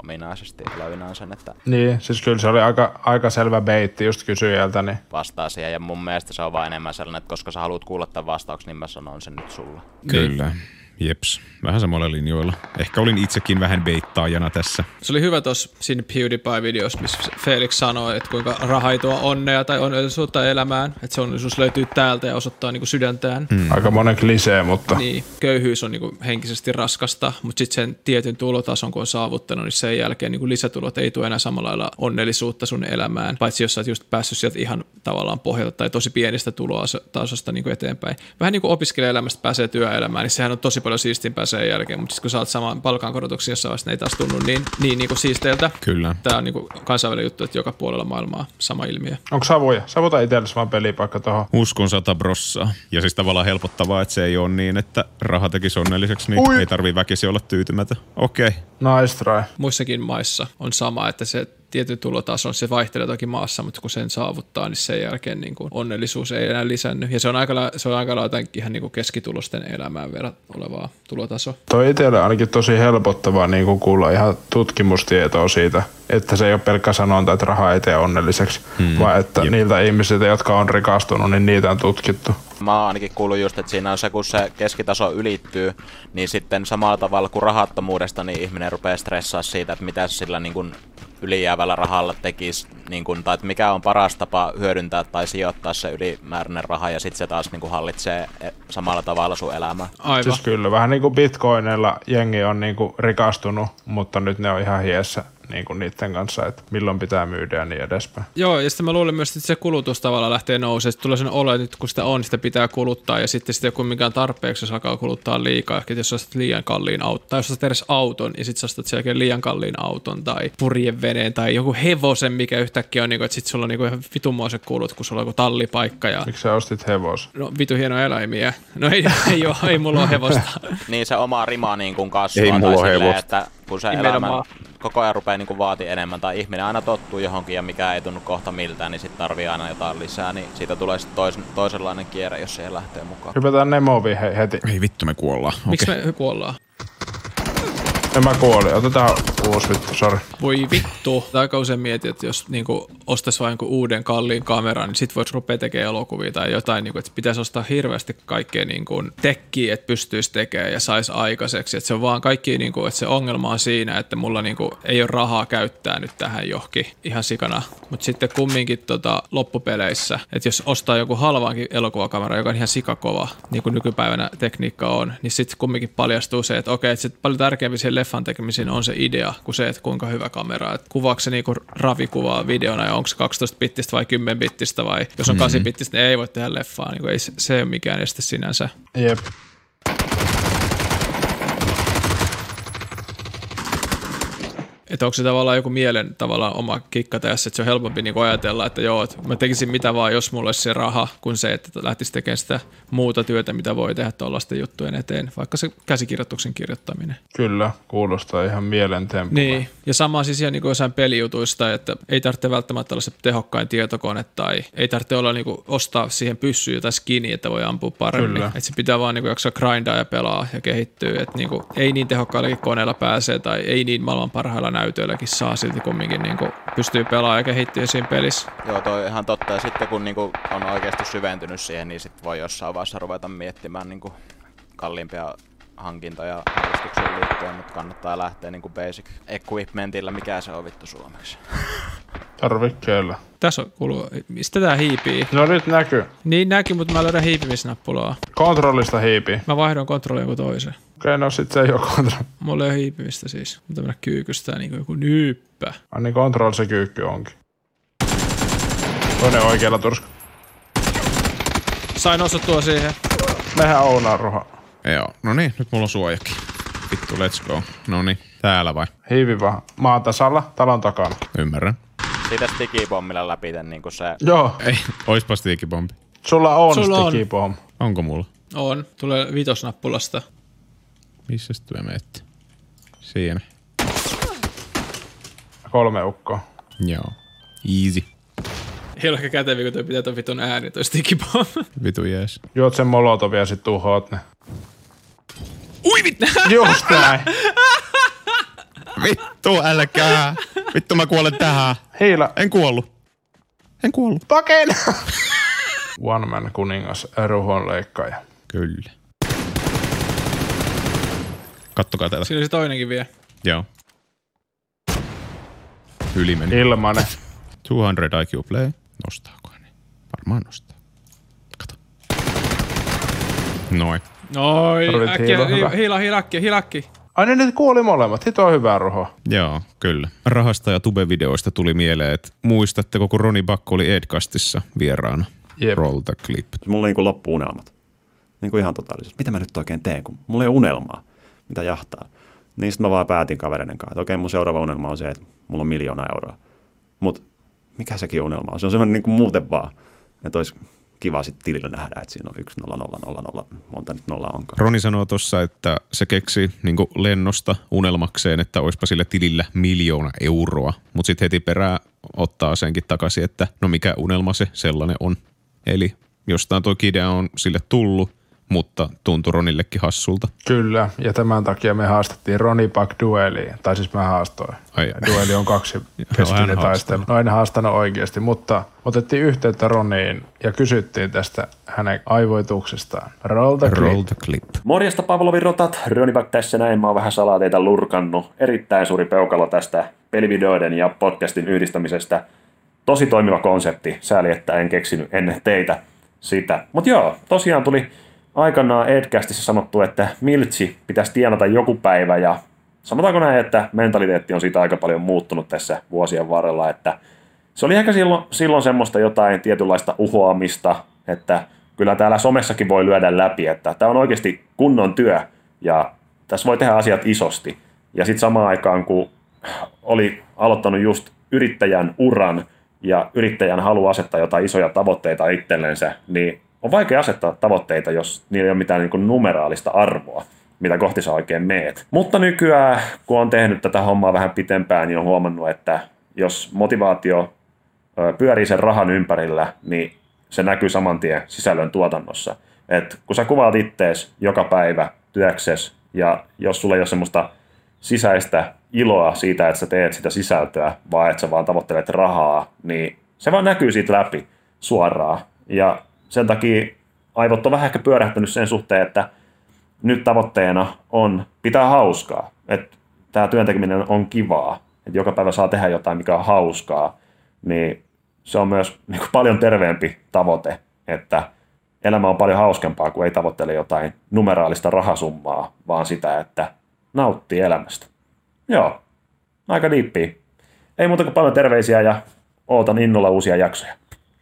[SPEAKER 6] ominaisesti olevinaan sen, että
[SPEAKER 5] Niin, siis kyllä se oli aika, aika selvä beitti just kysyjältä, niin
[SPEAKER 6] vastaa siihen. Ja mun mielestä se on vaan enemmän sellainen, että koska sä haluat kuulla tämän vastauksen, niin mä sanon sen nyt sulle.
[SPEAKER 4] Niin.
[SPEAKER 2] Kyllä. Jeps. Vähän samalla linjoilla. Ehkä olin itsekin vähän beittaajana tässä.
[SPEAKER 4] Se oli hyvä tuossa siinä PewDiePie-videossa, missä Felix sanoi, että kuinka raha ei tuo onnea tai onnellisuutta elämään. Että se onnellisuus löytyy täältä ja osoittaa niin kuin sydäntään. Mm.
[SPEAKER 5] aika monen klisee, mutta niin.
[SPEAKER 4] Niin, köyhyys on niin kuin henkisesti raskasta, mutta sitten sen tietyn tulotason, kun on saavuttanut, niin sen jälkeen niin kuin lisätulot ei tule enää samalla lailla onnellisuutta sun elämään, paitsi jos sä oot just päässyt sieltä ihan tavallaan pohjalta tai tosi pienistä tulotasosta niin kuin eteenpäin. Vähän niin kuin opiskelijaelämästä pääsee työelämään, niin sehän on tosi paljon siistimpää sen jälkeen, mutta sitten kun saat saman palkankorotuksen jossain vaiheessa, ne ei taas tunnu niin, niin, niin kuin siisteiltä.
[SPEAKER 2] Kyllä.
[SPEAKER 4] Tämä on niin kuin kansainvälinen juttu, että joka puolella maailmaa sama ilmiö.
[SPEAKER 5] onko savuja? Savuta itsellesi vaan pelipaikka tohon.
[SPEAKER 2] Uskon sata brossaa. Ja siis tavallaan helpottavaa, että se ei ole niin, että raha tekisi onnelliseksi, niin Ui. ei tarvii väkisi olla tyytymätön. Okei. Okay.
[SPEAKER 5] Nice try.
[SPEAKER 4] muissakin maissa on sama, että se tietyn tulotason, se vaihtelee toki maassa, mutta kun sen saavuttaa, niin sen jälkeen niin kuin onnellisuus ei enää lisännyt. Ja se on aika, la- se on aika lailla jotenkin ihan niin kuin keskitulosten elämään verrat olevaa tulotaso.
[SPEAKER 5] Toi itselle ainakin tosi helpottavaa niin kun kuulla ihan tutkimustietoa siitä, että se ei ole pelkkä sanonta, että raha ei tee onnelliseksi, hmm. vaan että Jep. niiltä ihmisiltä, jotka on rikastunut, niin niitä on tutkittu.
[SPEAKER 6] Mä oon ainakin kuullut just, että siinä on se, kun se keskitaso ylittyy, niin sitten samalla tavalla kuin rahattomuudesta, niin ihminen rupeaa stressaa siitä, että mitä se sillä niin kun ylijäävällä rahalla tekisi, niin kun, tai että mikä on paras tapa hyödyntää tai sijoittaa se ylimääräinen raha, ja sitten se taas niin kun hallitsee eh, samalla tavalla sun elämää.
[SPEAKER 4] Aivan.
[SPEAKER 5] Siis kyllä, vähän niin kuin bitcoinilla jengi on niin kuin rikastunut, mutta nyt ne on ihan hiessä niin kuin niiden kanssa, että milloin pitää myydä ja niin edespäin.
[SPEAKER 4] Joo, ja sitten mä luulen myös, että se kulutus tavallaan lähtee nousemaan. Sitten tulee sen olo, että nyt kun sitä on, sitä pitää kuluttaa. Ja sitten sitä ei ole kumminkaan tarpeeksi, jos alkaa kuluttaa liikaa. niin Ehkä jos ostat liian kalliin auton, tai jos ostat edes auton, ja sitten sä ostat sen jälkeen liian kalliin auton tai purjevene veneen tai joku hevosen, mikä yhtäkkiä on, niin kuin, että sit sulla on niin kuin ihan vitunmoiset kulut, kun sulla on joku tallipaikka ja
[SPEAKER 5] Miksi sä ostit hevos?
[SPEAKER 4] no vitu hieno eläimiä. No ei, ei, ole, ei mulla ole hevosta.
[SPEAKER 6] Niin se oma rima niin kuin kasvaa.
[SPEAKER 2] Ei
[SPEAKER 6] tai
[SPEAKER 2] mulla ole
[SPEAKER 6] silleen,
[SPEAKER 2] hevosta.
[SPEAKER 6] Että kun se elämä
[SPEAKER 4] Nimenomaan.
[SPEAKER 6] koko ajan rupeaa niin kuin vaati enemmän tai ihminen aina tottuu johonkin ja mikä ei tunnu kohta miltään, niin sitten tarvii aina jotain lisää, niin siitä tulee sitten tois, toisenlainen kierre, jos siihen lähtee mukaan.
[SPEAKER 5] Hypätään Nemoviin he, heti.
[SPEAKER 2] Ei vittu, me kuollaan.
[SPEAKER 4] Miksi me kuollaan?
[SPEAKER 5] En mä kuoli. Otetaan uusi vittu, sori.
[SPEAKER 4] Voi vittu. Aika usein mietin, että jos niinku ostais vain jonkun uuden kalliin kameran, niin sit voisi rupea tekemään elokuvia tai jotain, niinku, että pitäisi ostaa hirveästi kaikkea niinku, tekkiä, että pystyisi tekemään ja saisi aikaiseksi. Että se on vaan kaikki, niinku, että se ongelma on siinä, että mulla niinku, ei ole rahaa käyttää nyt tähän johonkin ihan sikana. Mutta sitten kumminkin tota, loppupeleissä, että jos ostaa joku halvaankin elokuvakamera, joka on ihan sikakova, niin kuin nykypäivänä tekniikka on, niin sitten kumminkin paljastuu se, että okei, että sit paljon tärkeämpi siihen leffan tekemiseen on se idea, kuin se, että kuinka hyvä kamera. Et kuvaako se niinku ravikuvaa videona ja onko se 12-bittistä vai 10-bittistä vai jos on 8-bittistä, niin ei voi tehdä leffaa. Niinku ei, se- se ei ole mikään este sinänsä.
[SPEAKER 5] Jep.
[SPEAKER 4] Että onko se tavallaan joku mielen tavallaan oma kikka tässä, että se on helpompi niin ajatella, että joo, että mä tekisin mitä vaan, jos mulla olisi se raha, kuin se, että lähtisi tekemään sitä muuta työtä, mitä voi tehdä tuollaisten juttujen eteen, vaikka se käsikirjoituksen kirjoittaminen.
[SPEAKER 5] Kyllä, kuulostaa ihan mielentempulle.
[SPEAKER 4] Niin, ja sama siis ihan niin kuin jossain pelijutuista, että ei tarvitse välttämättä olla se tehokkain tietokone tai ei tarvitse olla niin kuin ostaa siihen pyssyä tai skiniä, että voi ampua paremmin.
[SPEAKER 5] Kyllä.
[SPEAKER 4] Että se pitää vaan niin kuin jaksaa grindaa ja pelaa ja kehittyä, että niin kuin ei niin tehokkaillakin koneella pääsee tai ei niin maailman parhailla näytöilläkin saa silti kumminkin niin kuin pystyy pelaamaan ja kehittyä siinä pelissä.
[SPEAKER 6] Joo, toi on ihan totta. Ja sitten kun niinku on oikeasti syventynyt siihen, niin sitten voi jossain vaiheessa ruveta miettimään niinku kalliimpia hankintoja harrastukseen liittyen, mutta kannattaa lähteä niinku basic equipmentillä, mikä se on vittu suomeksi.
[SPEAKER 5] Tarvikkeella.
[SPEAKER 4] Tässä on kuuluu, mistä tää hiipii?
[SPEAKER 5] No nyt näkyy.
[SPEAKER 4] Niin näkin, mutta mä löydän hiipimisnappulaa.
[SPEAKER 5] Kontrollista hiipii.
[SPEAKER 4] Mä vaihdoin kontrollin joku toisen.
[SPEAKER 5] Okei, no sit se ei oo kontrolli.
[SPEAKER 4] Mulla ei ole hiipimistä siis, mutta mennä kyykystää niin kuin joku nyyppä.
[SPEAKER 5] Ah, niin kontroll se kyykky onkin. Toinen oikealla turska.
[SPEAKER 4] Sain osuttua siihen.
[SPEAKER 5] Mehän ounaan ruha.
[SPEAKER 2] Joo, no niin, nyt mulla on suojakin. Vittu, let's go. No niin, täällä vai?
[SPEAKER 5] Hiivi vaan. Maan tasalla, talon takana.
[SPEAKER 2] Ymmärrän.
[SPEAKER 6] Siitä stikipommilla läpi niinku se
[SPEAKER 5] Joo,
[SPEAKER 2] Ei, oispa stiikipompi.
[SPEAKER 5] sulla on
[SPEAKER 4] Sulla on.
[SPEAKER 5] stikipom.
[SPEAKER 2] Onko mulla?
[SPEAKER 4] On. Tulee vitosnappulasta.
[SPEAKER 2] Missä työ meette? Siinä.
[SPEAKER 5] Kolme ukkoa.
[SPEAKER 2] Joo. Easy.
[SPEAKER 4] Ei ole ehkä käteviä, kun toi pitää ton vitun ääni, toi stikipom.
[SPEAKER 2] Vitu jees.
[SPEAKER 5] Juot sen molotovia sit tuhoat ne.
[SPEAKER 4] Ui vittu!
[SPEAKER 5] Just näin.
[SPEAKER 2] Vittu, älkää. Vittu, mä kuolen tähän.
[SPEAKER 5] Hiila.
[SPEAKER 2] En kuollut. En kuollut.
[SPEAKER 5] Pakena. One man kuningas, ruhonleikkaaja.
[SPEAKER 2] Kyllä. Kattokaa täällä.
[SPEAKER 4] Siinä oli se toinenkin vielä.
[SPEAKER 2] Joo. Yli meni.
[SPEAKER 5] Ilmanen.
[SPEAKER 2] 200 IQ play. Nostaako ne? Varmaan nostaa. Kato. Noin.
[SPEAKER 4] Noi,
[SPEAKER 5] Tarvit
[SPEAKER 4] äkkiä,
[SPEAKER 5] hiilaa, hyvä.
[SPEAKER 4] hi- hiila, hilakki, hilakki.
[SPEAKER 5] Ai niin, nyt kuoli molemmat. Hito on hyvä ruho.
[SPEAKER 2] Joo, kyllä. Rahasta ja Tube-videoista tuli mieleen, että muistatteko, kun Roni Bakko oli Edcastissa vieraana?
[SPEAKER 5] Jep.
[SPEAKER 2] Roll the clip.
[SPEAKER 10] Mulla niinku loppuu unelmat. Niinku ihan totaalisesti. Mitä mä nyt oikein teen, kun mulla ei ole unelmaa, mitä jahtaa. Niin sitten mä vaan päätin kavereiden kanssa, että okei mun seuraava unelma on se, että mulla on miljoona euroa. Mutta mikä sekin unelma on? Se on semmoinen niinku muuten vaan, että olisi kiva sitten tilillä nähdä, että siinä on 1 0 0 0 0, monta nyt nolla onkaan.
[SPEAKER 2] Roni sanoo tuossa, että se keksi niin lennosta unelmakseen, että olisipa sillä tilillä miljoona euroa, mutta sitten heti perään ottaa senkin takaisin, että no mikä unelma se sellainen on. Eli jostain tuo idea on sille tullut, mutta tuntui Ronillekin hassulta.
[SPEAKER 5] Kyllä, ja tämän takia me haastettiin Roni Pak dueliin. Tai siis mä haastoin.
[SPEAKER 2] Ai-
[SPEAKER 5] Dueli on kaksi
[SPEAKER 2] hän
[SPEAKER 5] keskinen
[SPEAKER 2] haastoi.
[SPEAKER 5] taistelu. No en haastanut oikeasti, mutta otettiin yhteyttä Roniin ja kysyttiin tästä hänen aivoituksestaan. Roll the
[SPEAKER 2] Roll
[SPEAKER 5] clip.
[SPEAKER 2] the clip.
[SPEAKER 10] Morjesta Pavlovin rotat, Rönibak tässä näin, mä oon vähän salaateita lurkannut. Erittäin suuri peukalo tästä pelivideoiden ja podcastin yhdistämisestä. Tosi toimiva konsepti, sääli että en keksinyt ennen teitä sitä. Mut joo, tosiaan tuli aikanaan Edcastissa sanottu, että miltsi pitäisi tienata joku päivä ja sanotaanko näin, että mentaliteetti on siitä aika paljon muuttunut tässä vuosien varrella, että se oli ehkä silloin, silloin semmoista jotain tietynlaista uhoamista, että kyllä täällä somessakin voi lyödä läpi, että tämä on oikeasti kunnon työ ja tässä voi tehdä asiat isosti. Ja sitten samaan aikaan, kun oli aloittanut just yrittäjän uran ja yrittäjän haluaa asettaa jotain isoja tavoitteita itsellensä, niin on vaikea asettaa tavoitteita, jos niillä ei ole mitään niin kuin numeraalista arvoa, mitä kohti sä oikein meet. Mutta nykyään, kun on tehnyt tätä hommaa vähän pitempään, niin on huomannut, että jos motivaatio ö, pyörii sen rahan ympärillä, niin se näkyy saman tien sisällön tuotannossa. Et kun sä kuvaat ittees joka päivä työksesi, ja jos sulla ei ole semmoista sisäistä iloa siitä, että sä teet sitä sisältöä, vaan että sä vaan tavoittelet rahaa, niin se vaan näkyy siitä läpi suoraan. Ja sen takia aivot on vähän ehkä pyörähtänyt sen suhteen, että nyt tavoitteena on pitää hauskaa. Että tämä työntekeminen on kivaa. Että joka päivä saa tehdä jotain, mikä on hauskaa. Niin se on myös niin kuin paljon terveempi tavoite, että elämä on paljon hauskempaa, kun ei tavoittele jotain numeraalista rahasummaa, vaan sitä, että nauttii elämästä. Joo, aika diippiä. Ei muuta kuin paljon terveisiä ja ootan innolla uusia jaksoja.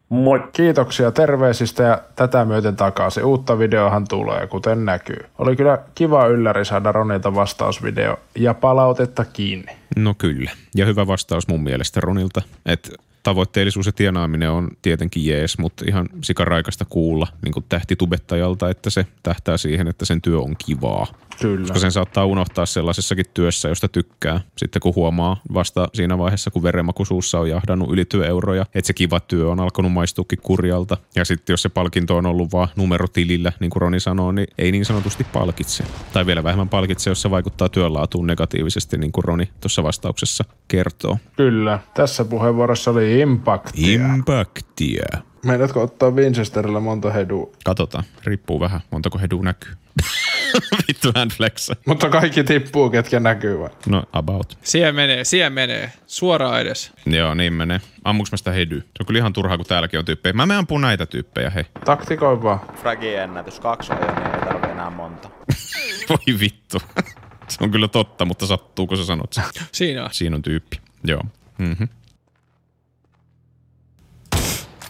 [SPEAKER 10] Moi!
[SPEAKER 5] Kiitoksia terveisistä ja tätä myöten takaisin. Uutta videohan tulee, kuten näkyy. Oli kyllä kiva ylläri saada Ronilta vastausvideo ja palautetta kiinni.
[SPEAKER 2] No kyllä. Ja hyvä vastaus mun mielestä Ronilta, että tavoitteellisuus ja tienaaminen on tietenkin jees, mutta ihan sikaraikasta kuulla niin kuin tähtitubettajalta, että se tähtää siihen, että sen työ on kivaa.
[SPEAKER 5] Kyllä.
[SPEAKER 2] Koska sen saattaa unohtaa sellaisessakin työssä, josta tykkää. Sitten kun huomaa vasta siinä vaiheessa, kun verenmaku suussa on jahdannut yli työeuroja, että se kiva työ on alkanut maistuukin kurjalta. Ja sitten jos se palkinto on ollut vaan numerotilillä, niin kuin Roni sanoo, niin ei niin sanotusti palkitse. Tai vielä vähemmän palkitse, jos se vaikuttaa työnlaatuun negatiivisesti, niin kuin Roni tuossa vastauksessa kertoo.
[SPEAKER 5] Kyllä. Tässä puheenvuorossa oli impaktia.
[SPEAKER 2] Impaktia.
[SPEAKER 5] Meidätkö ottaa Winchesterillä monta hedua?
[SPEAKER 2] Katsotaan. Riippuu vähän, montako hedu näkyy. Vittu hän flexaa.
[SPEAKER 5] Mutta kaikki tippuu, ketkä näkyy vai?
[SPEAKER 2] No about.
[SPEAKER 4] Siellä menee, siellä menee. Suoraan edes.
[SPEAKER 2] Joo, niin menee. Ammuks mä sitä hedy? Se on kyllä ihan turhaa, kun täälläkin on tyyppejä. Mä me ampun näitä tyyppejä, hei.
[SPEAKER 5] Taktikoi vaan.
[SPEAKER 6] Fragin ennätys, kaksi on jo, niin ei tarvi enää monta.
[SPEAKER 2] Voi vittu. se on kyllä totta, mutta sattuuko sä sanot sen?
[SPEAKER 4] Siinä on.
[SPEAKER 2] Siinä on tyyppi. Joo. Mm-hmm.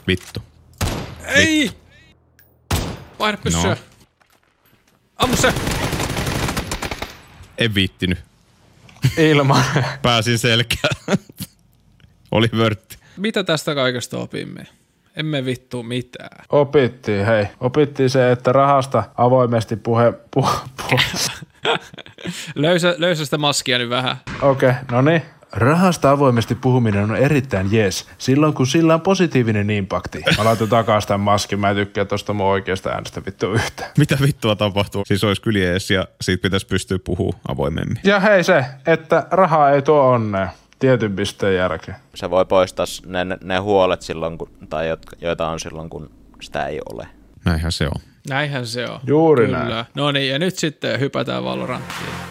[SPEAKER 2] Vittu.
[SPEAKER 4] Ei! Paina pyssyä.
[SPEAKER 2] No.
[SPEAKER 4] Ammu se!
[SPEAKER 2] En viittinyt.
[SPEAKER 5] Ilman.
[SPEAKER 2] Pääsin selkään. Oli vörtti.
[SPEAKER 4] Mitä tästä kaikesta opimme? Emme vittu mitään.
[SPEAKER 5] Opittiin, hei. Opittiin se, että rahasta avoimesti puhe... Puh, puh.
[SPEAKER 4] Löysä, löysä sitä maskia nyt vähän.
[SPEAKER 5] Okei, okay, no niin. Rahasta avoimesti puhuminen on erittäin jees, silloin kun sillä on positiivinen impakti. Mä laitan takas tämän maskin, mä en tykkää tosta mun oikeasta äänestä vittu yhtään.
[SPEAKER 2] Mitä vittua tapahtuu? Siis olisi kyllä jees ja siitä pitäisi pystyä puhua avoimemmin.
[SPEAKER 5] Ja hei se, että rahaa ei tuo onnea tietyn pisteen jälkeen.
[SPEAKER 6] Se voi poistaa s- ne, ne- ne huolet silloin, kun, tai jot- joita on silloin, kun sitä ei ole.
[SPEAKER 2] Näinhän se on.
[SPEAKER 4] Näinhän se on.
[SPEAKER 5] Juuri
[SPEAKER 4] Kyllä.
[SPEAKER 5] näin.
[SPEAKER 4] No niin, ja nyt sitten hypätään Valoranttiin.